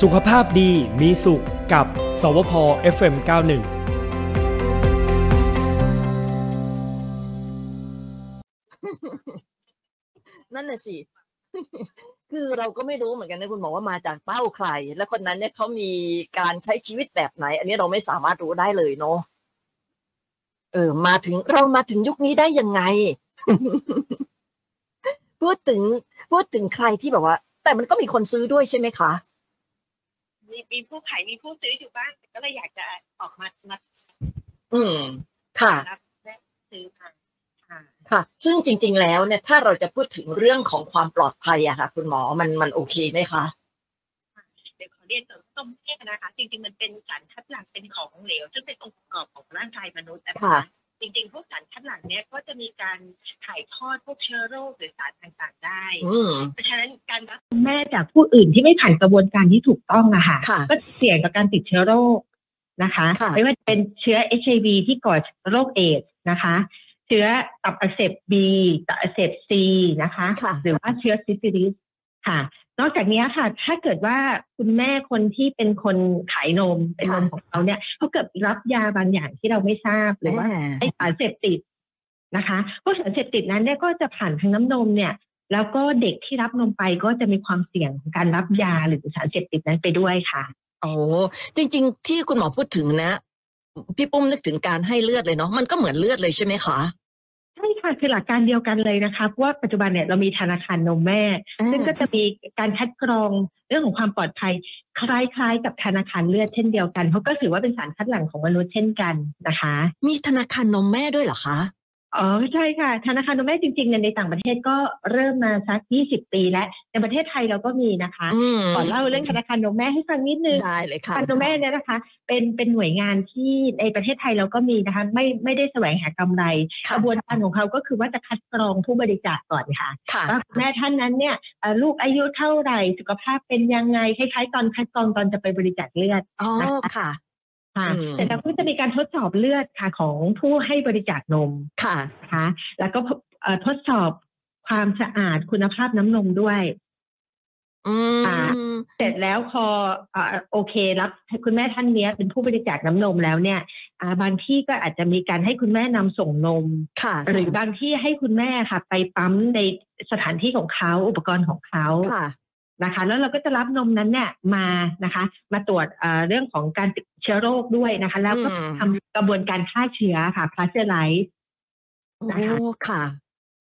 สุขภาพดีมีสุขกับ สวพ FM91 นั่นน่ะสิ คือเราก็ไม่รู้เหมือนกันนะคุณหมอว่ามาจากเป้าใคร และคนนั้นเนี่ยเขามีการใช้ชีวิตแบบไหน อันนี้เราไม่สามารถรู้ได้เลยเนาะ เออ มาถึงเรามาถึงยุคนี้ได้ยังไง พูดถึงพูดถึงใครที่แบบว่า แต่มันก็มีคนซื้อด้วยใช่ไหมคะ มีมีผู้ขายมีผู้ซื้ออยู่บ้างแต่ก็เลยอยากจะออกมามา อืม ค่ะ รับและซื้อมาค่ะ ค่ะ ซึ่งจริง ๆ แล้วเนี่ย ถ้าเราจะพูดถึงเรื่องของความปลอดภัยอะค่ะ คุณหมอมันมันโอเคไหมคะ เดี๋ยวขอเรียนเสริมต้มแม่นะคะ จริง ๆ มันเป็นสารคัดหลั่งเป็นของเหลว ซึ่งเป็นองค์ประกอบของร่างกายมนุษย์นะคะ ค่ะ จริงๆพวกสารคัดหลั่งเนี้ยก็จะมีการถ่ายทอดพวกเชื้อโรคหรือสารต่างๆได้ อืม เพราะฉะนั้นการรับแม่จากผู้อื่นที่ไม่ผ่านกระบวนการที่ถูกต้องอะค่ะ ค่ะ ก็เสี่ยงต่อการติดเชื้อโรคนะคะ ค่ะ ไม่ว่าจะเป็นเชื้อ HIV ที่ก่อโรคเอดส์นะคะ เชื้อตับอักเสบ B ตับอักเสบ C นะคะ ค่ะ หรือว่าเชื้อซิฟิลิสค่ะ นอกจากนี้ค่ะ ถ้าเกิดว่าคุณแม่คนที่เป็นคนขายนมเป็นนมของเขาเนี่ยเขาเกิดรับยาบางอย่างที่เราไม่ทราบหรือว่า ไอสารเสพติดนะคะพวกสารเสพติดนั้นเนี่ยก็จะผ่านทางน้ำนมเนี่ย แล้วก็เด็กที่รับนมไปก็จะมีความเสี่ยงของการรับยาหรือสารเสพติดนั้นไปด้วยค่ะ โอ้จริง ๆ ที่คุณหมอพูดถึงนะ พี่ปุ้มนึกถึงการให้เลือดเลยเนาะมันก็เหมือนเลือดเลยใช่ไหมคะ ใช่ค่ะคือหลักการเดียวกันเลยนะคะเพราะว่าปัจจุบันเนี่ยเรามีธนาคารนมแม่ ซึ่งก็จะมีการคัดกรองเรื่องของความปลอดภัย คล้ายๆ กับธนาคารเลือดเช่นเดียวกันเขาก็ถือว่าเป็นสารคัดหลั่งของมนุษย์เช่นกันนะคะ มีธนาคารนมแม่ด้วยเหรอคะ อ๋อใช่ค่ะ ธนาคารนมแม่จริงๆเนี่ยในต่างประเทศก็เริ่มมาสัก 20 ปีแล้วในประเทศไทยเราก็มีนะคะ อืม ขอเล่าเรื่องธนาคารนมแม่ให้ฟังนิดนึง ได้เลย ธนา ค่ะ คารนมแม่เนี่ยนะคะ เป็นเป็นหน่วยงานที่ในประเทศไทยเราก็มีนะคะ ไม่ไม่ได้แสวงหากำไร ก ค่ะ ระบวนการของเขาก็คือว่าจะคัดกรองผู้บริจาคก่อนค่ะ ค่ะ ว่าคุณแม่ท่านนั้นเนี่ยเอ่อลูกอายุเท่าไหร่ สุขภาพเป็นยังไงคล้ายๆตอนคัดกรองตอนจะไปบริจาคเลือด อ๋อค่ะ ค่ะ อืม เสร็จแล้วก็จะมีการทดสอบเลือดค่ะของผู้ให้บริจาคนม ค่ะ นะคะแล้วก็พบเอ่อทดสอบความสะอาดคุณภาพน้ำนมด้วย อืม ค่ะ เสร็จแล้วพอเอ่อโอเครับคุณแม่ท่านเนี้ยเป็นผู้บริจาคน้ำนมแล้วเนี่ยอ่าบางที่ก็อาจจะมีการให้คุณแม่นำส่งนม ค่ะ หรือบางที่ให้คุณแม่ค่ะ ไปปั๊มในสถานที่ของเขาอุปกรณ์ของเขา ค่ะ นะคะ แล้วเราก็จะรับนมนั้นเนี่ยมานะคะ มาตรวจเอ่อเรื่องของการติดเชื้อโรคด้วยนะคะ แล้วก็ อืม ทำกระบวนการฆ่าเชื้อค่ะพลาสเตอร์ไล โอ้ นะคะ ค่ะ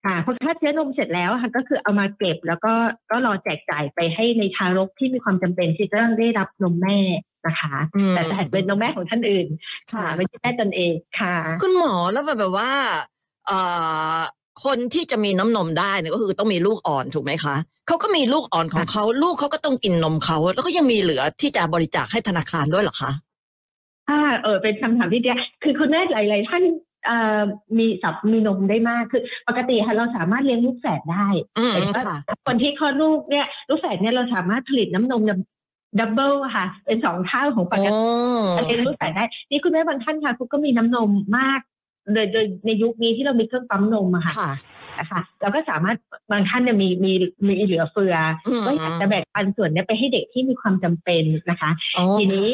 ค่ะพอฆ่าเชื้อนมเสร็จแล้วค่ะก็คือเอามาเก็บแล้วก็ก็รอแจกจ่ายไปให้ในทารกที่มีความจำเป็นที่จะต้องได้รับนมแม่นะคะ อืม แต่แต่เป็นนมแม่ของท่านอื่น ค่ะ ไม่ใช่แม่ตนเองค่ะ คุณหมอแล้วแบบแบบว่าเอ่อคนที่จะมีน้ำนมได้เนี่ยก็คือต้องมีลูกอ่อนถูกไหมคะเขาก็มีลูกอ่อนของเขาลูกเขาก็ต้องกินนมเขาแล้วก็ยังมีเหลือที่จะบริจาคให้ธนาคารด้วยเหรอคะ ค่ะเออเป็นคำถามที่ดีคือคุณแม่หลาย ๆ ท่านเอ่อมีสับมีนมได้มากคือปกติค่ะเราสามารถเลี้ยงลูกแฝดได้ อืม แต่ว่า ค่ะ คนที่คลอดลูกเนี่ยลูกแฝดเนี่ยเราสามารถผลิตน้ำนมดับเบิลค่ะ เป็นสองเท่าของปกติ โอ้ เรียนรู้สายได้ นี่คุณแม่บางท่านค่ะคุณก็มีน้ำนมมากโดยโดยในยุคนี้ที่เรามีเครื่องปั๊มนมอะค่ะ ค่ะ นะคะเราก็สามารถบางท่านเนี่ยมีมีมีเหลือเฟือ อืม ก็อยากจะแบ่งปันส่วนเนี้ไปให้เด็กที่มีความจำเป็นนะคะ โอ้ ทีนี้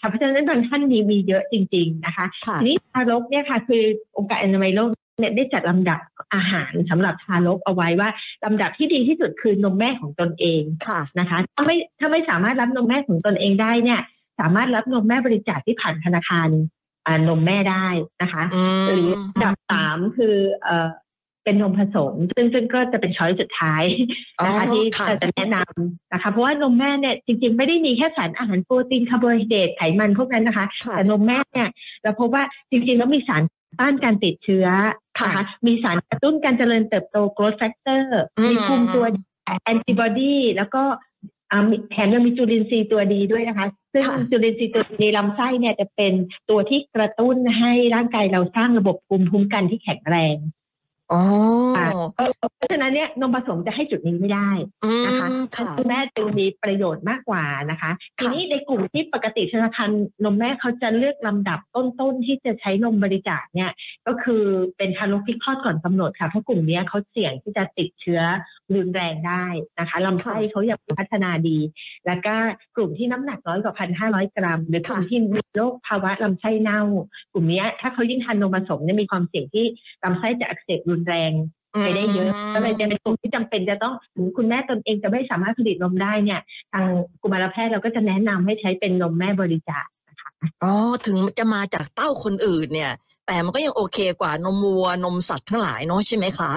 ค่ะเพราะฉะนั้นบางท่านมีมีเยอะจริง ๆนะคะ ค่ะ ทีนี้ทารกเนี่ยค่ะคือองค์การอนามัยโลกเนี่ยได้จัดลำดับอาหารสำหรับทารกเอาไว้ว่าลำดับที่ดีที่สุดคือนมแม่ของตนเอง ค่ะ นะคะถ้าไม่ถ้าไม่สามารถรับนมแม่ของตนเองได้เนี่ย สามารถรับนมแม่บริจาคที่ผ่านธนาคารอ่านมแม่ได้นะคะ อื หรือ ม อันดับสามคือเอ่อเป็นนมผสม ซึ่งซึ่งก็จะเป็นช้อยสุดท้าย อ๋อ นะคะที่ ค่ะ เราจะแนะนำนะคะ เพราะว่านมแม่เนี่ยจริงๆไม่ได้มีแค่สารอาหารโปรตีนคาร์โบไฮเดรตไขมันพวกนั้นนะคะ ค่ะ แต่นมแม่เนี่ยเราพบว่าจริงๆแล้วมีสารต้านการติดเชื้อ ค่ะ นมีสารกระตุ้นการเจริญเติบโต growth factor อืม มีภูมิตัวแอนติบอดี แล้วก็อ่ามีแถมยังมีจุลินทรีย์ตัวดีด้วยนะคะ ซึ่ง ค่ะ จุลินทรีย์ตัวดีในลำไส้เนี่ยจะเป็นตัวที่กระตุ้นให้ร่างกายเราสร้างระบบภูมิคุ้มกันที่แข็งแรง อ๋อ ค่ะเอ่อเพราะฉะนั้นเนี่ยนมผสมจะให้จุดนี้ไม่ได้ อืม นะคะ ค่ะ คุณแม่จึงมีประโยชน์มากกว่านะคะ ค่ะ ทีนี้ในกลุ่มที่ปกติธนาคารนมแม่เขาจะเลือกลำดับต้นๆ ที่จะใช้นมบริจาคเนี่ย ก็คือเป็นทารกที่คลอดก่อนกำหนดค่ะเพราะกลุ่มเนี้ยเขาเสี่ยงที่จะติดเชื้อ ลืมแรงได้นะคะลำไส้เขายังพัฒนาดี แล้วก็กลุ่มที่น้ำหนักน้อยกว่าพันห้าร้อยกรัม หรือกลุ่ม ค่ะ ที่มีโรคภาวะลำไส้เน่า กลุ่มเนี้ยถ้าเขายิ่งทานนมผสมเนี่ยมีความเสี่ยงที่ลำไส้จะอักเสบรุนแรง ไปได้เยอะก็เลยจะเป็นกลุ่มที่จำเป็นจะต้องถึงคุณแม่ตนเองจะไม่สามารถผลิตนมได้เนี่ย ทางกุมารแพทย์เราก็จะแนะนำให้ใช้เป็นนมแม่บริจาคนะคะ อ๋อถึงจะมาจากเต้าคนอื่นเนี่ย แต่มันก็ยังโอเคกว่านมวัวนมสัตว์ทั้งหลายเนาะใช่ไหมคะ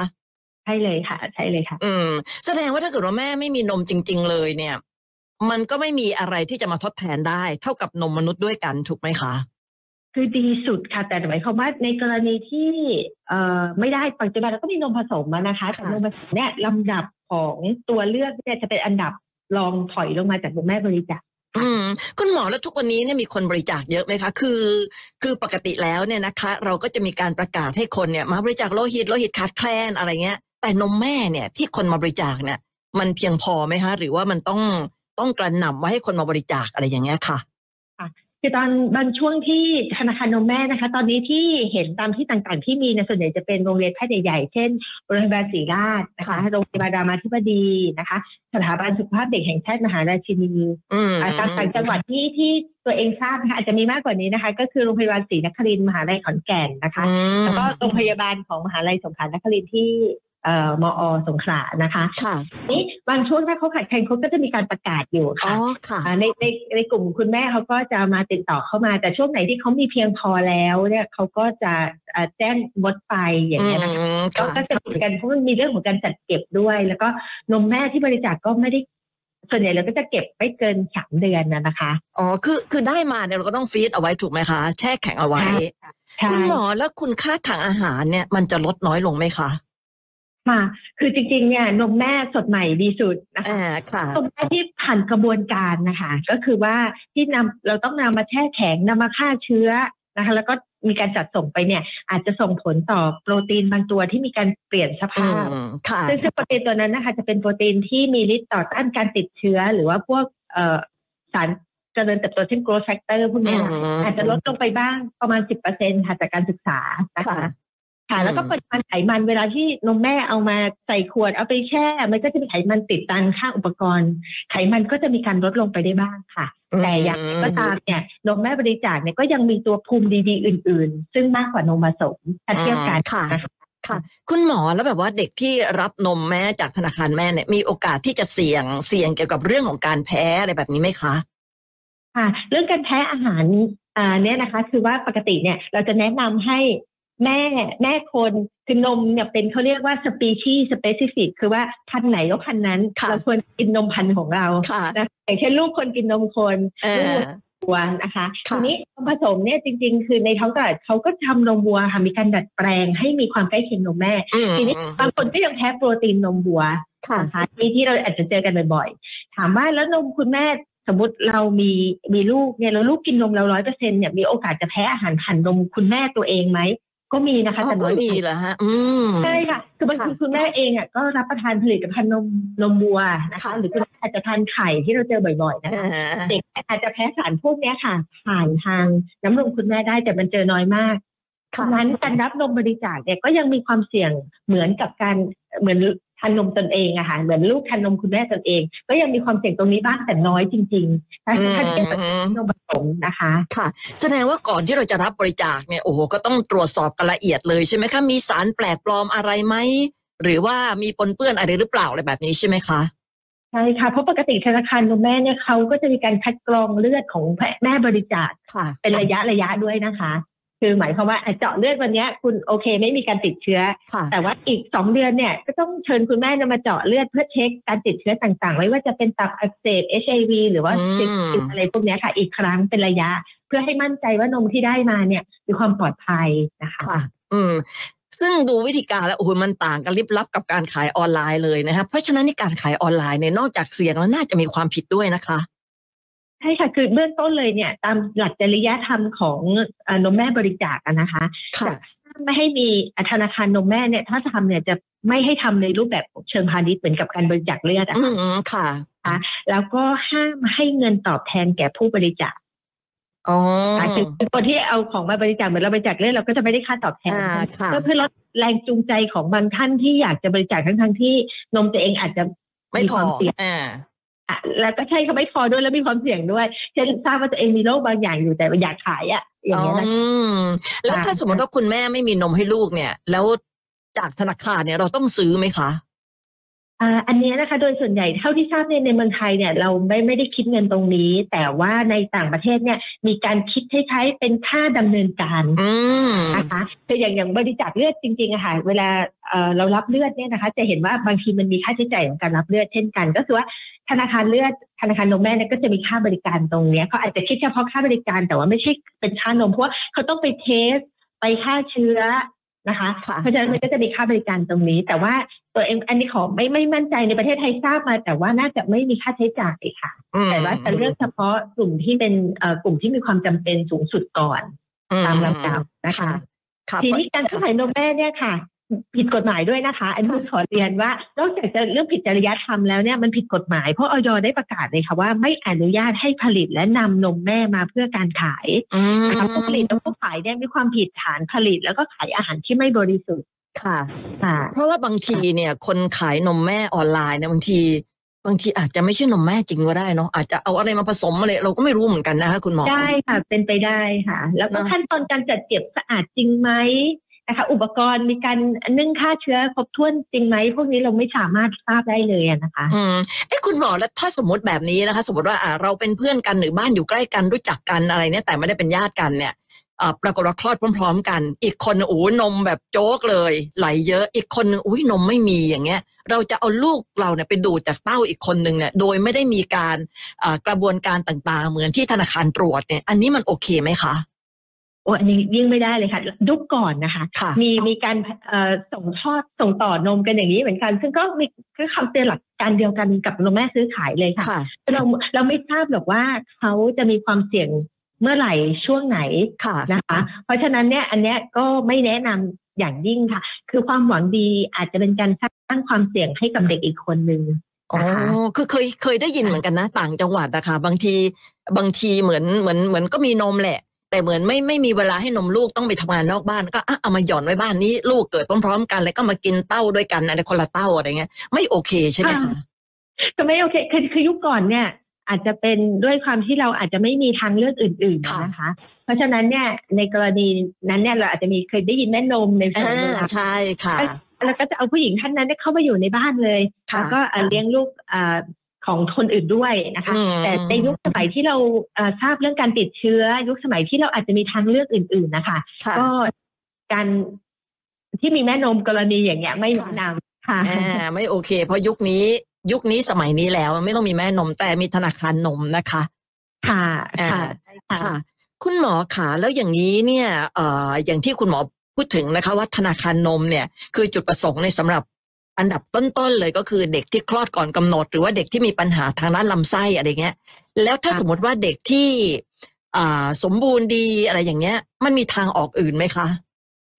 ใช่เลยค่ะ ใช่เลยค่ะ อืม แสดงว่าถ้าเกิดว่าแม่ไม่มีนมจริง ๆ เลยเนี่ย มันก็ไม่มีอะไรที่จะมาทดแทนได้ เท่ากับนมมนุษย์ด้วยกันถูกไหมคะ คือดีสุดค่ะ แต่หมายความว่าในกรณีที่เอ่อไม่ได้ปัจจุบันเราก็มีนมผสมอะนะคะแต่ ค่ะ นมผสมเนี่ยลำดับของตัวเลือกเนี่ยจะเป็นอันดับรองถอยลงมาจากนมแม่บริจาค อืมคุณหมอแล้วทุกวันนี้เนี่ยมีคนบริจาคเยอะไหมคะ คือ คือปกติแล้วเนี่ยนะคะ เราก็จะมีการประกาศให้คนเนี่ย มาบริจาคโลหิตโลหิตขาดแคลนอะไรเงี้ย แต่นมแม่เนี่ยที่คนมาบริจาคเนี่ย มันเพียงพอไหมคะ หรือว่ามันต้องต้องกระหน่ำไว่าให้คนมาบริจาคอะไรอย่างเงี้ยค่ะ คือตอนบางช่วงที่ธนาคารนมแม่นะคะ ตอนนี้ที่เห็นตามที่ต่างๆที่มีเนยส่วนใหญ่จะเป็นโรงเรียนแพทย์ใหญ่ๆเช่นโรงพยาบาลศรีราชนะคะ ค่ะ โรงพยาบาลรามาธิบดีนะคะ สถาบันสุขภาพเด็กแห่งชาติมหาราชินี อืม อ่าตามต่างจังหวัดที่ที่ตัวเองทราบนะคะอาจจะมีมากกว่านี้นะคะ ก็คือโรงพยาบาลศรีนครินทร์มหาลัยขอนแก่นนะคะ อืม แล้วก็โรงพยาบาลของมหาลัยสงขลานครินทร์ที่เอ่อมอสงขลานะคะ ค่ะ นี่บางช่วงถ้าเขาขาดแคลนเขาก็จะมีการประกาศอยู่ อ๋อ ค่ะ ค่ะ อ่าในในในกลุ่มคุณแม่เขาก็จะมาติดต่อเข้ามา แต่ช่วงไหนที่เขามีเพียงพอแล้วเนี่ยเขาก็จะอ่าแจ้งงดไปอย่างเงี้ยนะคะ ม ก็ ค่ะ ก็จะเหมือนกันเพราะมันมีเรื่องของการจัดเก็บด้วย แล้วก็นมแม่ที่บริจาคก็ไม่ได้ส่วนใหญ่เราก็จะเก็บไม่เกินสามเดือนนะนะคะ อ๋อ คือ คือได้มาเนี่ยเราก็ต้องฟีดเอาไว้ถูกไหมคะ แช่แข็งเอาไว้ ใช่ คุณหมอแล้วคุณค่าทางอาหารเนี่ย มันจะลดน้อยลงไหมคะ ค่ะ คือจริงๆเนี่ยนมแม่สดใหม่ดีสุดนะคะ ค่ะ ตรงที่ผ่านกระบวนการนะคะ ก็คือว่าที่นำเราต้องนำมาแช่แข็งนำมาฆ่าเชื้อนะคะ แล้วก็มีการจัดส่งไปเนี่ย อาจจะส่งผลต่อโปรตีนบางตัวที่มีการเปลี่ยนส อื ภาพ ม ค่ะ ซึ่งซึ่งโปรตีนตัวนั้นนะคะจะเป็นโปรตีนที่มีฤทธิ์ต่อต้านการติดเชื้อ หรือว่าพวกเอ่อสารเจริญเติบโตเช่น growth factor พวกเนี้ยนะคะ อาจจะลดลงไปบ้างประมาณ 10%ค่ะจากการศึกษานะคะ ค่ะ ค่ะ แล้วก็ อืม ปริมาณไขมันเวลาที่นมแม่เอามาใส่ขวดเอาไปแช่ มันก็จะมีไขมันติดตันข้างอุปกรณ์ ไขมันก็จะมีการลดลงไปได้บ้างค่ะ แต่อย่างไรก็ตามเนี่ยนมแม่บริจาคเนี่ยก็ยังมีตัวภูมิดีๆอื่น ๆ ซึ่งมากกว่านมผสมถ้าเทียบกัน ค่ะ นะคะ คุณหมอแล้วแบบว่าเด็กที่รับนมแม่จากธนาคารแม่เนี่ย มีโอกาสที่จะเสี่ยง เสี่ยงเกี่ยวกับเรื่องของการแพ้อะไรแบบนี้ไหมคะ ค่ะเรื่องการแพ้อาหารอ่าเนี่ยนะคะ คือว่าปกติเนี่ยเราจะแนะนำให้แม่แม่คนคือนมเนี่ยเป็นเขาเรียกว่าสปีชีสเปซิฟิกคือว่าพันธุ์ไหนก็พันธุ์นั้น ค่ะ เราควรกินนมพันธุ์ของเรา ค่ะ นะอย่างเช่นลูกคนกินนมคน เออ วัวนะคะ ค่ะ ทีนี้นมผสมเนี่ยจริง ๆ คือในท้องตลาดเขาก็ทำนมวัวค่ะมีการดัดแปลงให้มีความใกล้เคียงนมแม่ อืม ทีนี้บางคนก็ยังแพ้โปรตีนนมวัว ค่ะ นะคะที่ที่เราอาจจะเจอกันบ่อยๆ ถามว่าแล้วนมคุณแม่สมมติเรามีมีลูกเนี่ยแล้วลูกกินนมเราร้อยเปอร์เซ็นเนี่ยมีโอกาสจะแพ้อาหารผ่านนมคุณแม่ตัวเองไหม ก็มีนะคะ อ๋อ แต่น้ ก็ อย มีเหรอฮะ อืม ใช่ค่ะคือบางที ค่ะ คุณแม่เองอ่ะก็รับประทานผลิตภัณฑ์นมนมวัวนะคะ ค่ะ หรือคุณแม่อาจจะทานไข่ที่เราเจอบ่อยๆ นะ เอ คะ อ เด็กอาจจะแพ้สารพวกเนี้ยค่ะ ผ่านทางน้ำนมคุณแม่ได้แต่มันเจอน้อยมาก ค่ะ ฉะนั้นการรับนมบริจาคเนี่ยก็ยังมีความเสี่ยงเหมือนกับการเหมือนทานนมตนเองอะค่ะเหมือนลูกทานนมคุณแม่ตนเอง ก็ยังมีความเสี่ยงตรงนี้บ้างแต่น้อยจริงๆถ้า อืม ถ้าเทียบกับนมผสมนะคะ แสดงว่าก่อนที่เราจะรับบริจาคเนี่ยโอ้โหก็ต้องตรวจสอบกันละเอียดเลยใช่ไหมคะ มีสารแปลกปลอมอะไรไหม หรือว่ามีปนเปื้อนอะไรหรือเปล่าอะไรแบบนี้ใช่ไหมคะ ใช่ค่ะเพราะปกติธนาคารนมแม่เนี่ยเขาก็จะมีการคัดกรองเลือดของแม่บริจาค ค่ะ เป็นระยะระยะด้วยนะคะ คือหมายความว่าอ่ะเจาะเลือดวันเนี้ยคุณโอเค ไม่มีการติดเชื้อ ค่ะ แต่ว่าอีกสองเดือนเนี่ยก็ต้องเชิญคุณแม่เนี่ยมาเจาะเลือดเพื่อเช็คการติดเชื้อต่างๆ ไม่ว่าจะเป็นตับอักเสบ HIV หรือว่า อืม ติดอะไรพวกเนี้ยค่ะ อีกครั้งเป็นระยะ เพื่อให้มั่นใจว่านมที่ได้มาเนี่ยมีความปลอดภัยนะคะ ค่ะ อืม ซึ่งดูวิธีการแล้วโอ้โหมันต่างกันลิบลับกับการขายออนไลน์เลยนะคะเพราะฉะนั้นในการขายออนไลน์เนี่ยนอกจากเสี่ยงแล้วน่าจะมีความผิดด้วยนะคะ ใช่ค่ะคือเบื้องต้นเลยเนี่ย ตามหลักจริยธรรมของเอ่อนมแม่บริจาคอะนะคะ ค่ะ ไม่ให้มีธนาคารนมแม่เนี่ยถ้าทำเนี่ยจะไม่ให้ทำในรูปแบบเชิงพาณิชย์เหมือนกับการบริจาคเลือดอะ อื ค่ะ มค่ะ แล้วก็ห้ามให้เงินตอบแทนแก่ผู้บริจาค อ๋อ อ่ะคือคนที่เอาของมาบริจาคเหมือนเราบริจาคเล่นเราก็จะไม่ได้ค่าตอบแทน อ่าค่ะ เพื่อเพื่อลดแรงจูงใจของบางท่านที่อยากจะบริจาคทั้งทงๆที่นมตัวเองอาจจะ ไม่พอ ความเสี่ยง อ่า อ่ะแล้วก็ใช่เขาไม่พอด้วยแล้วมีความเสี่ยงด้วย เช่นทราบว่าตัวเองมีโรคบางอย่างอยู่แต่อยากขายอ่ะอย่างเงี้ยนะ อืมแล้วถ้า ค่ะ สมมติว่าคุณแม่ไม่มีนมให้ลูกเนี่ย แล้วจากธนาคารเนี่ยเราต้องซื้อไหมคะ อ่าอันเนี้ยนะคะ โดยส่วนใหญ่เท่าที่ทราบในยในเมืองไทยเนี่ยเราไม่ไม่ได้คิดเงินตรงนี้ แต่ว่าในต่างประเทศเนี่ยมีการคิดคล้ายๆเป็นค่าดำเนินการ อืม นะคะคืออย่างอย่างบริจาคเลือดจริงๆอะค่ะเวลาเอ่อเรารับเลือดเนี่ยนะคะ จะเห็นว่าบางทีมันมีค่าใช้จ่ายของการรับเลือดเช่นกัน ก็คือว่าธนาคารเลือดธนาคารนมแม่เนี่ยก็จะมีค่าบริการตรงเนี้ยเขาอาจจะคิดเฉพาะค่าบริการแต่ว่าไม่ใช่เป็นค่านมเพราะว่าเขาต้องไปเทสไปฆ่าเชื้อนะคะ ค่ะ เพราะฉะนั้นมันก็จะมีค่าบริการตรงนี้ แต่ว่าตัวเองอันนี้ขอไม่ไม่มั่นใจในประเทศไทยทราบมา แต่ว่าน่าจะไม่มีค่าใช้จ่ายค่ะ อืม แต่ว่าจะเลือกเฉพาะกลุ่มที่เป็นเอ่อกลุ่มที่มีความจำเป็นสูงสุดก่อน อื ตามลำดับนะคะ ค่ะ ทีนี้การซื้อขายนมแม่เนี่ยค่ะ ผิดกฎหมายด้วยนะคะ อันนี้ขอเรียนว่านอกจากจะเรื่องผิดจริยธรรมแล้วเนี่ยมันผิดกฎหมายเพราะออยได้ประกาศเลยค่ะว่าไม่อนุญาตให้ผลิตและนำนมแม่มาเพื่อการขาย อืม นะคะผู้ผลิตและผู้ขายเนี่ยมีความผิดฐานผลิต แล้วก็ขายอาหารที่ไม่บริสุทธิ์ ค่ะ ค่ะ เพราะว่าบางทีเนี่ย คนขายนมแม่ออนไลน์เนี่ยบางที บางทีอาจจะไม่ใช่นมแม่จริงก็ได้เนาะอาจจะเอาอะไรมาผสมอะไรเราก็ไม่รู้เหมือนกันนะคะคุณหมอ ได้ค่ะเป็นไปได้ค่ะ แล้วก็ เนอะ ขั้นตอนการจัดเก็บสะอาดจริงไหมนะคะ อุปกรณ์มีการนึ่งฆ่าเชื้อครบถ้วนจริงไหมพวกนี้เราไม่สามารถทราบได้เลยอะนะคะ อืมเอ้คุณหมอแล้วถ้าสมมติแบบนี้นะคะ สมมติว่าอ่าเราเป็นเพื่อนกันหรือบ้านอยู่ใกล้กันรู้จักกันอะไรเนี่ยแต่ไม่ได้เป็นญาติกันเนี่ยอ่าปรากฏว่าคลอดพร้อม ๆ กัน อีกคนน่ะโอ้นมแบบโจ๊กเลย ไหลเยอะอีกคนนึงอุ้ยนมไม่มีอย่างเงี้ย เราจะเอาลูกเราเนี่ยไปดูดจากเต้าอีกคนนึงเนี่ยโดยไม่ได้มีการอ่ากระบวนการต่างๆ เหมือนที่ธนาคารตรวจเนี่ย อันนี้มันโอเคไหมคะ โอ้อันนี้ยิ่งไม่ได้เลยค่ะยุคก่อนนะคะ ค่ะ มีมีการเอ่อส่งทอดส่งต่อนมกันอย่างนี้เหมือนกัน ซึ่งก็มีคือคำเตือนหลักการเดียวกันกับนมแม่ซื้อขายเลยค่ะ ค่ะ เราเราไม่ทราบหรอกว่าเขาจะมีความเสี่ยงเมื่อไหร่ช่วงไหน ค่ะ นะคะ เพราะฉะนั้นเนี่ยอันเนี้ยก็ไม่แนะนำอย่างยิ่งค่ะ คือความหวังดีอาจจะเป็นการสร้างความเสี่ยงให้กับเด็กอีกคนนึง อ๋อ นะคะ คือเคยเคยได้ยินเหมือนกันนะ ต่างจังหวัดนะคะบางทีบางทีเหมือนเหมือนเหมือนก็มีนมแหละ แต่เหมือนไม่ไม่มีเวลาให้นมลูกต้องไปทำงานนอกบ้านก็อ่ะเอามาหย่อนไว้บ้านนี้ลูกเกิดพร้อม ๆ กันแล้วก็มากินเต้าด้วยกันอะไรคนละเต้าอะไรเงี้ยไม่โอเคใช่ไหมคะ ก็ไม่โอเคคือคือยุคก่อนเนี่ย อาจจะเป็นด้วยความที่เราอาจจะไม่มีทางเลือกอื่นๆนะคะ เพราะฉะนั้นเนี่ยในกรณีนั้นเนี่ยเราอาจจะมีเคยได้ยินแม่นมในสมัยโบ อ่า ราณ ใช่ค่ะ แล้วก็จะเอาผู้หญิงท่านนั้นเนี่ยเข้ามาอยู่ในบ้านเลย ค่ะ แล้วก็เอ่อเลี้ยงลูกเอ่อของคนอื่นด้วยนะคะ อืม แต่ในยุคสมัยที่เราเอ่อทราบเรื่องการติดเชื้อ ยุคสมัยที่เราอาจจะมีทางเลือกอื่น ๆนะคะ ค่ะ ก็การที่มีแม่นมกรณีอย่างเงี้ยไม่แนะนำค่ะ อ่าไม่โอเค เพราะยุคนี้ยุคนี้สมัยนี้แล้วไม่ต้องมีแม่นมแต่มีธนาคารนมนะคะ ค่ะ อ่า ค่ะใช่ค่ะ ค่ะคุณหมอขาแล้วอย่างนี้เนี่ยเอ่ออย่างที่คุณหมอพูดถึงนะคะว่าธนาคารนมเนี่ยคือจุดประสงค์ในสำหรับอันดับต้นๆเลยก็คือเด็กที่คลอดก่อนกำหนด หรือว่าเด็กที่มีปัญหาทางด้านลำไส้อะไรเงี้ย แล้วถ้า ค่ะ สมมติว่าเด็กที่อ่าสมบูรณ์ดีอะไรอย่างเงี้ย มันมีทางออกอื่นไหมคะ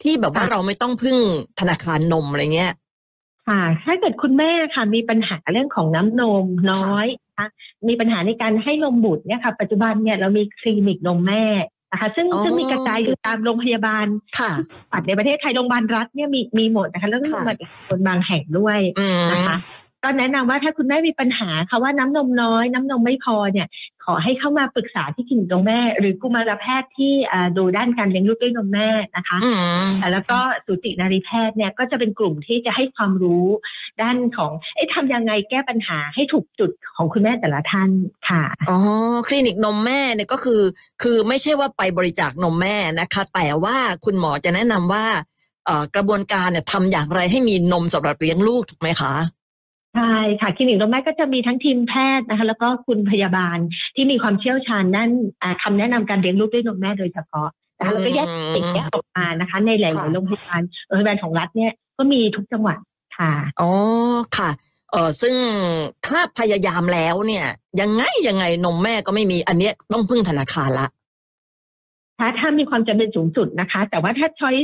ที่แบบว่าเราไม่ต้องพึ่งธนาคารนมอะไรเงี้ย ค่ะถ้าเกิดคุณแม่ค่ะมีปัญหาเรื่องของน้ำนมน้อยนะคะมีปัญหาในการให้นมบุตรเนี่ยค่ะ ปัจจุบันเนี่ยเรามีคลินิกนมแม่นะคะ ซึ่ง อ๋อ ซึ่งมีกระจายอยู่ตามโรงพยาบาล ค่ะ ปัดในประเทศไทยโรงพยาบาลรัฐเนี่ยมีมีหมดนะคะแล้วก็มี ค่ะ โรงพยาบาลเอกชนบางแห่งด้วย อืม นะคะ ก็แนะนำว่าถ้าคุณแม่มีปัญหาค่ะว่าน้ำนมน้อย น้ำนมไม่พอเนี่ย ขอให้เข้ามาปรึกษาที่คลินิกนมแม่ หรือกุมารแพทย์ที่อ่าดูด้านการเลี้ยงลูกด้วยนมแม่นะคะ อืม ค่ะแล้วก็สูตินารีแพทย์เนี่ยก็จะเป็นกลุ่มที่จะให้ความรู้ด้านของเอ๊ะทำยังไงแก้ปัญหาให้ถูกจุดของคุณแม่แต่ละท่านค่ะ อ๋อคลินิกนมแม่เนี่ยก็คือ คือไม่ใช่ว่าไปบริจาคนมแม่นะคะ แต่ว่าคุณหมอจะแนะนำว่าเอ่อกระบวนการเนี่ยทำอย่างไรให้มีนมสำหรับเลี้ยงลูกถูกไหมคะ ใช่ค่ะคลินิกนมแม่ก็จะมีทั้งทีมแพทย์นะคะ แล้วก็คุณพยาบาลที่มีความเชี่ยวชาญด้านอ่าคำาแนะนำการเลี้ยงลูกด้วยนมแม่โดยเฉพาะนะคะแล้วก็แยก อืม สิ่งนี้ยออกมานะคะ ในหลายๆโรงพยาบาลโรงพยาบาลของรัฐเนี่ยก็มีทุกจังหวัดค่ะ อ๋อค่ะเออซึ่งถ้าพยายามแล้วเนี่ย ยังไงยังไงนมแม่ก็ไม่มีอันเนี้ยต้องพึ่งธนาคารละ ถ้าถ้ามีความจำเป็นสูงสุดนะคะ แต่ว่าถ้าช้อย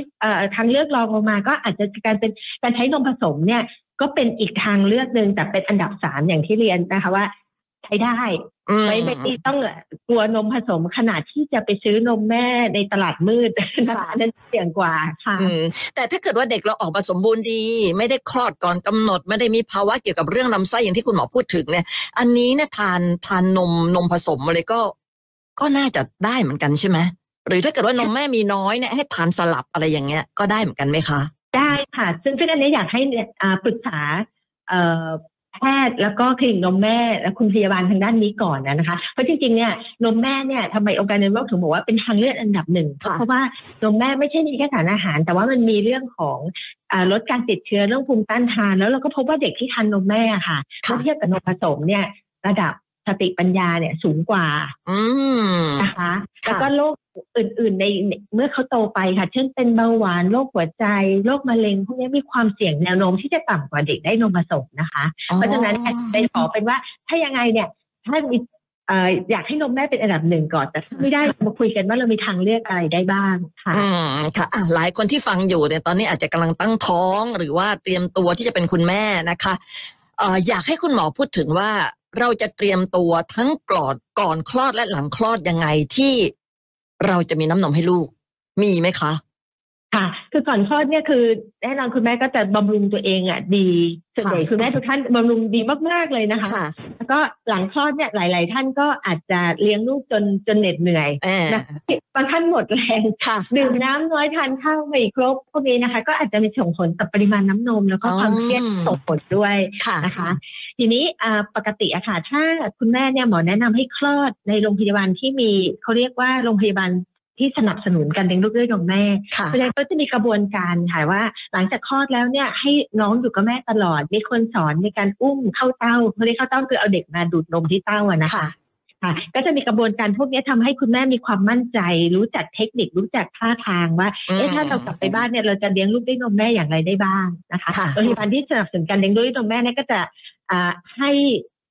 ทางเลือกรองลงมาก็อาจจะการเป็นการใช้นมผสมเนี่ย ก็เป็นอีกทางเลือกหนึ่งแต่เป็นอันดับสามอย่างที่เรียนนะคะว่า ใช้ได้ อื ไม่ไม่ต้องกลัวนมผสมขนาดที่จะไปซื้อนมแม่ในตลาดมืด นะคะนั่นเสี่ยงกว่าค่ะ อืมแต่ถ้าเกิดว่าเด็กเราออกมาสมบูรณ์ดี ไม่ได้คลอดก่อนกำหนด ไม่ได้มีภาวะเกี่ยวกับเรื่องลำไส้อย่างที่คุณหมอพูดถึงเนี่ย อันนี้เนี่ยทานทานนมนมผสมอะไรก็ ก็น่าจะได้เหมือนกันใช่ไหมหรือถ้าเกิดว่านมแม่มีน้อยเนี่ยให้ทานสลับอะไรอย่างเงี้ยก็ได้เหมือนกันไหมคะ ได้ค่ะ ซึ่งซึ่งอันนี้อยากให้เนี่ยอ่าปรึกษาเอ่อแพทย์แล้วก็คลินิกนมแม่และคุณพยาบาลทางด้านนี้ก่อนนะนะคะ เพราะจริงๆเนี่ยนมแม่เนี่ยทำไมองค์การอนามัยโลกถึงบอกว่าเป็นทางเลือกอันดับหนึ่ง ค่ะ เพราะว่านมแม่ไม่ใช่มีแค่สารอาหาร แต่ว่ามันมีเรื่องของอ่าลดการติดเชื้อเรื่องภูมิต้านทาน แล้วเราก็พบว่าเด็กที่ทานนมแม่อะค่ะเมื่อเทียบกับนมผสมเนี่ยระดับสติปัญญาเนี่ยสูงกว่า อืม นะคะ ค่ะ แล้วก็โรคอื่น ๆ ในเมื่อเขาโตไปค่ะ เช่นเป็นเบาหวานโรคหัวใจโรคมะเร็งพวกนี้มีความเสี่ยงแนวโน้มที่จะต่ำกว่าเด็กได้นมผสมนะคะ เพราะฉะนั้น อ๋อ ไปขอเป็นว่าถ้ายังไงเนี่ยถ้ามีเอ่ออยากให้นมแม่เป็นอันดับหนึ่งก่อนแต่ถ้าไม่ได้เรามาคุยกันว่าเรามีทางเลือกอะไรได้บ้างค่ะ อืมค่ะอ่ะหลายคนที่ฟังอยู่เนี่ยตอนนี้อาจจะกำลังตั้งท้องหรือว่าเตรียมตัวที่จะเป็นคุณแม่นะคะเอ่ออยากให้คุณหมอพูดถึงว่าเราจะเตรียมตัวทั้งก่อนก่อนคลอดและหลังคลอดยังไงที่เราจะมีน้ำนมให้ลูก มีไหมคะ ค่ะ คือก่อนคลอดเนี่ยคือแน่นอนคุณแม่ก็จะบำรุงตัวเองอ่ะดีส่วนใหญ่ ค่ะ คุณแม่ทุกท่านบำรุงดีมากๆเลยนะคะ แล้วก็หลังคลอดเนี่ยหลาย ๆ ท่านก็อาจจะเลี้ยงลูกจนจนเหน็ดเหนื่อย แอบ นะบางท่านหมดแรง ค่ะ ดื่มน้ำน้อยทานข้าวไม่ครบพวกนี้นะคะ ก็อาจจะมีส่งผลต่อปริมาณน้ำนม แล้วก็ อ๋อ ความเครียดส่งผลด้วย ค่ะ นะคะ ทีนี้อ่าปกติอะค่ะถ้าคุณแม่เนี่ยหมอแนะนำให้คลอดในโรงพยาบาลที่มีเขาเรียกว่าโรงพยาบาลที่สนับสนุนการเลี้ยงลูกด้วยนมแม่ ค่ะ เพราะฉะนั้นก็จะมีกระบวนการค่ะว่า หลังจากคลอดแล้วเนี่ยให้น้องอยู่กับแม่ตลอด มีคนสอนในการอุ้มเข้าเต้าเขาเรียกเข้าเต้าคือเอาเด็กมาดูดนมที่เต้าอะนะคะ ค่ะ ค่ะ ก็จะมีกระบวนการพวกนี้ทำให้คุณแม่มีความมั่นใจ รู้จักเทคนิครู้จักท่าทางว่าเอ๊ะถ้าเรากลับไปบ้านเนี่ยเราจะเลี้ยงลูกด้วยนมแม่อย่างไรได้บ้างนะคะ ค่ะ โรงพยาบาลที่สนับสนุนการเลี้ยงลูกด้วยนมแม่เนี่ยก็จะอ่าให้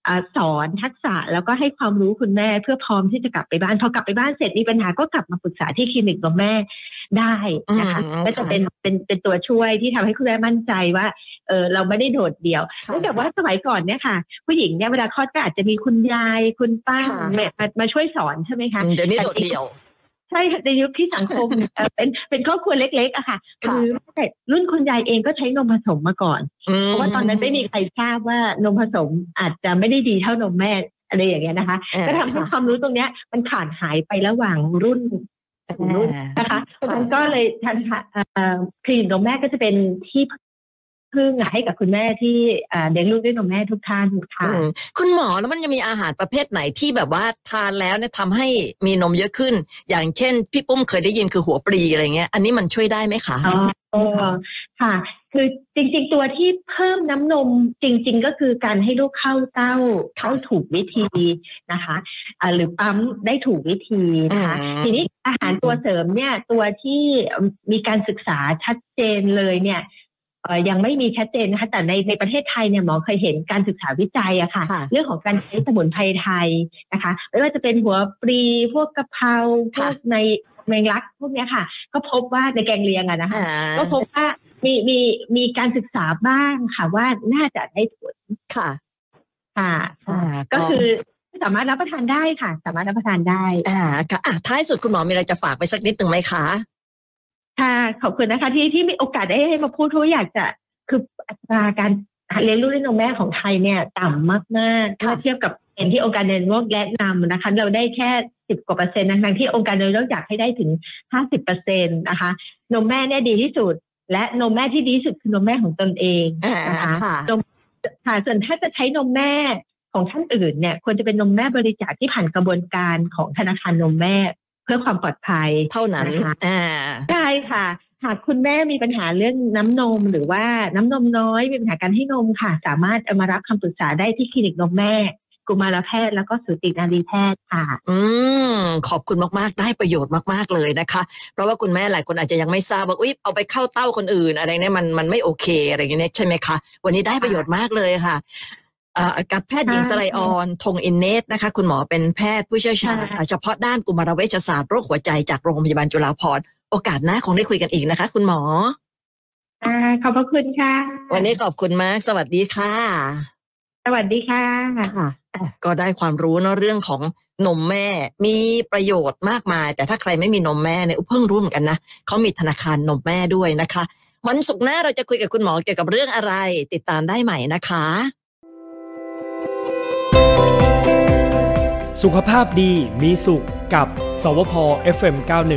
อ่าสอนทักษะแล้วก็ให้ความรู้คุณแม่เพื่อพร้อมที่จะกลับไปบ้านพอกลับไปบ้านเสร็จมีปัญหาก็กลับมาปรึกษาที่คลินิกนมแม่ ได้นะคะ อืม ก็จะ ค่ะ เป็นเป็นเป็นตัวช่วยที่ทำให้คุณแม่มั่นใจว่าเออเราไม่ได้โดดเดี่ยว ค่ะ เนื่องจากว่าสมัยก่อนเนี่ยค่ะ ผู้หญิงเนี่ยเวลาคลอดก็อาจจะมีคุณยายคุณป้า ค่ะ แม่มามาช่วยสอนใช่ไหมคะ อืมเดี๋ยวนี้โดดเดี่ยว ใช่ ค่ะในยุคที่สัง คม เอ่อเป็นเป็นครอบครัวเล็กๆอะค่ะห ค่ะ รือแต่รุ่นคุณยายเองก็ใช้นมผสมมาก่อน อืม เพราะว่าตอนนั้นไม่มีใครทราบว่านมผสมอาจจะไม่ได้ดีเท่านมแม่อะไรอย่างเงี้ยนะคะ เออ ก็ทำให้ ค่ะ ความรู้ตรงเนี้ยมันขาดหายไประหว่างรุ่น ถึงรุ่น นะคะเพราะฉะนั้นก็เลยทันค่ะเอ่อคลินิกนมแม่ก็จะเป็นที่พึ่งอะให้กับคุณแม่ที่เอ่อเลี้ยงลูกด้วยนมแม่ทุกท่าน อื ค่ะ มคุณหมอแล้วมันจะมีอาหารประเภทไหนที่แบบว่าทานแล้วเนี่ยทำให้มีนมเยอะขึ้น อย่างเช่น พี่ปุ้มเคยได้ยินคือหัวปลีอะไรเงี้ย อันนี้มันช่วยได้ไหมคะ อ๋อค่ะ คือจริงๆ ตัวที่เพิ่มน้ำนมจริง ๆ ก็คือการให้ลูกเข้าเต้าเข้าถูกวิธีนะคะอ่าหรือปั๊มได้ถูกวิธีนะคะ อืม ทีนี้อาหารตัวเสริมเนี่ยตัวที่มีการศึกษาชัดเจนเลยเนี่ยเอ่อยังไม่มีชัดเจนนะคะ แต่ในในประเทศไทยเนี่ยหมอเคยเห็นการศึกษาวิจัยอะค่ะ ค่ะ เรื่องของการใช้สมุนไพรไทยนะคะ ไม่ว่าจะเป็นหัวปลีพวกกะเพราพว ค่ะ กในแมงลักพวกเนี้ยค่ะ ก็พบว่าในแกงเลียงอะนะคะ ก็พบว่ามีมีมีการศึกษาบ้างค่ะว่าน่าจะได้ผล ค่ะ ค่ะ อ่า ก็คือสามารถรับประทานได้ค่ะ สามารถรับประทานได้ อ่าค่ะอ่ะท้ายสุดคุณหมอมีอะไรจะฝากไปสักนิดหนึ่งไหมคะ ค่ะขอบคุณนะคะที่ที่มีโอกาสได้ให้มาพูดเพราะว่าอยากจะคืออัตราการเลี้ยงลูกด้วยนมแม่ของไทยเนี่ยต่ำมากๆ ค่ะ เมื่อเทียบกับเกณฑ์ที่องค์การเดนเวิร์กแนะนำนะคะ เราได้แค่สิบกว่าเปอร์เซ็นต์ทั้งๆที่องค์การเดนเวิร์กอยากให้ได้ถึงห้าสิบเปอร์เซ็นต์นะคะนมแม่เนี่ยดีที่สุด และนมแม่ที่ดีที่สุดคือนมแม่ของตนเอง อ่า นะคะ ค่ะ นมค่ะส่วนถ้าจะใช้นมแม่ของท่านอื่นเนี่ยควรจะเป็นนมแม่บริจาคที่ผ่านกระบวนการของธนาคารนมแม่เพื่อความปลอดภัย เท่านั้น นะคะ อ่า ใช่ค่ะ หากคุณแม่มีปัญหาเรื่องน้ำนมหรือว่าน้ำนมน้อยมีปัญหาการให้นมค่ะ สามารถเอามารับคำปรึกษาได้ที่คลินิกนมแม่ กุมารแพทย์แล้วก็สูตินารีแพทย์ค่ะ อืมขอบคุณมาก ๆ ได้ประโยชน์มาก ๆ เลยนะคะ เพราะว่าคุณแม่หลายคนอาจจะยังไม่ทราบว่าอุ๊ยเอาไปเข้าเต้าคนอื่น อะไรเนี่ยมันมันไม่โอเคอะไรอย่างเงี้ยใช่ไหมคะ วันนี้ได้ประโยชน์มากเลยค่ะเอ่อกับแพทย์หญิง ค่ะ สไลออนทงอินเนตนะคะ คุณหมอเป็นแพทย์ผู้เชี่ยวชาญ ค่ะ เฉพาะด้านกุมารเวชศาสตร์โรคหัวใจจากโรงพยาบาลจุฬาภรณ์โอกาสหน้าคงได้คุยกันอีกนะคะ คุณหมอ อ่าขอบพระคุณค่ะ วันนี้ขอบคุณมาก สวัสดีค่ะ สวัสดีค่ะ ค่ะก็ได้ความรู้เนาะเรื่องของนมแม่ มีประโยชน์มากมาย แต่ถ้าใครไม่มีนมแม่เนี่ยอุ๊ยเพิ่งรู้เหมือนกันนะเขามีธนาคารนมแม่ด้วยนะคะ วันศุกร์หน้าเราจะคุยกับคุณหมอเกี่ยวกับเรื่องอะไร ติดตามได้ใหม่นะคะ สุขภาพดีมีสุขกับสวพ FM91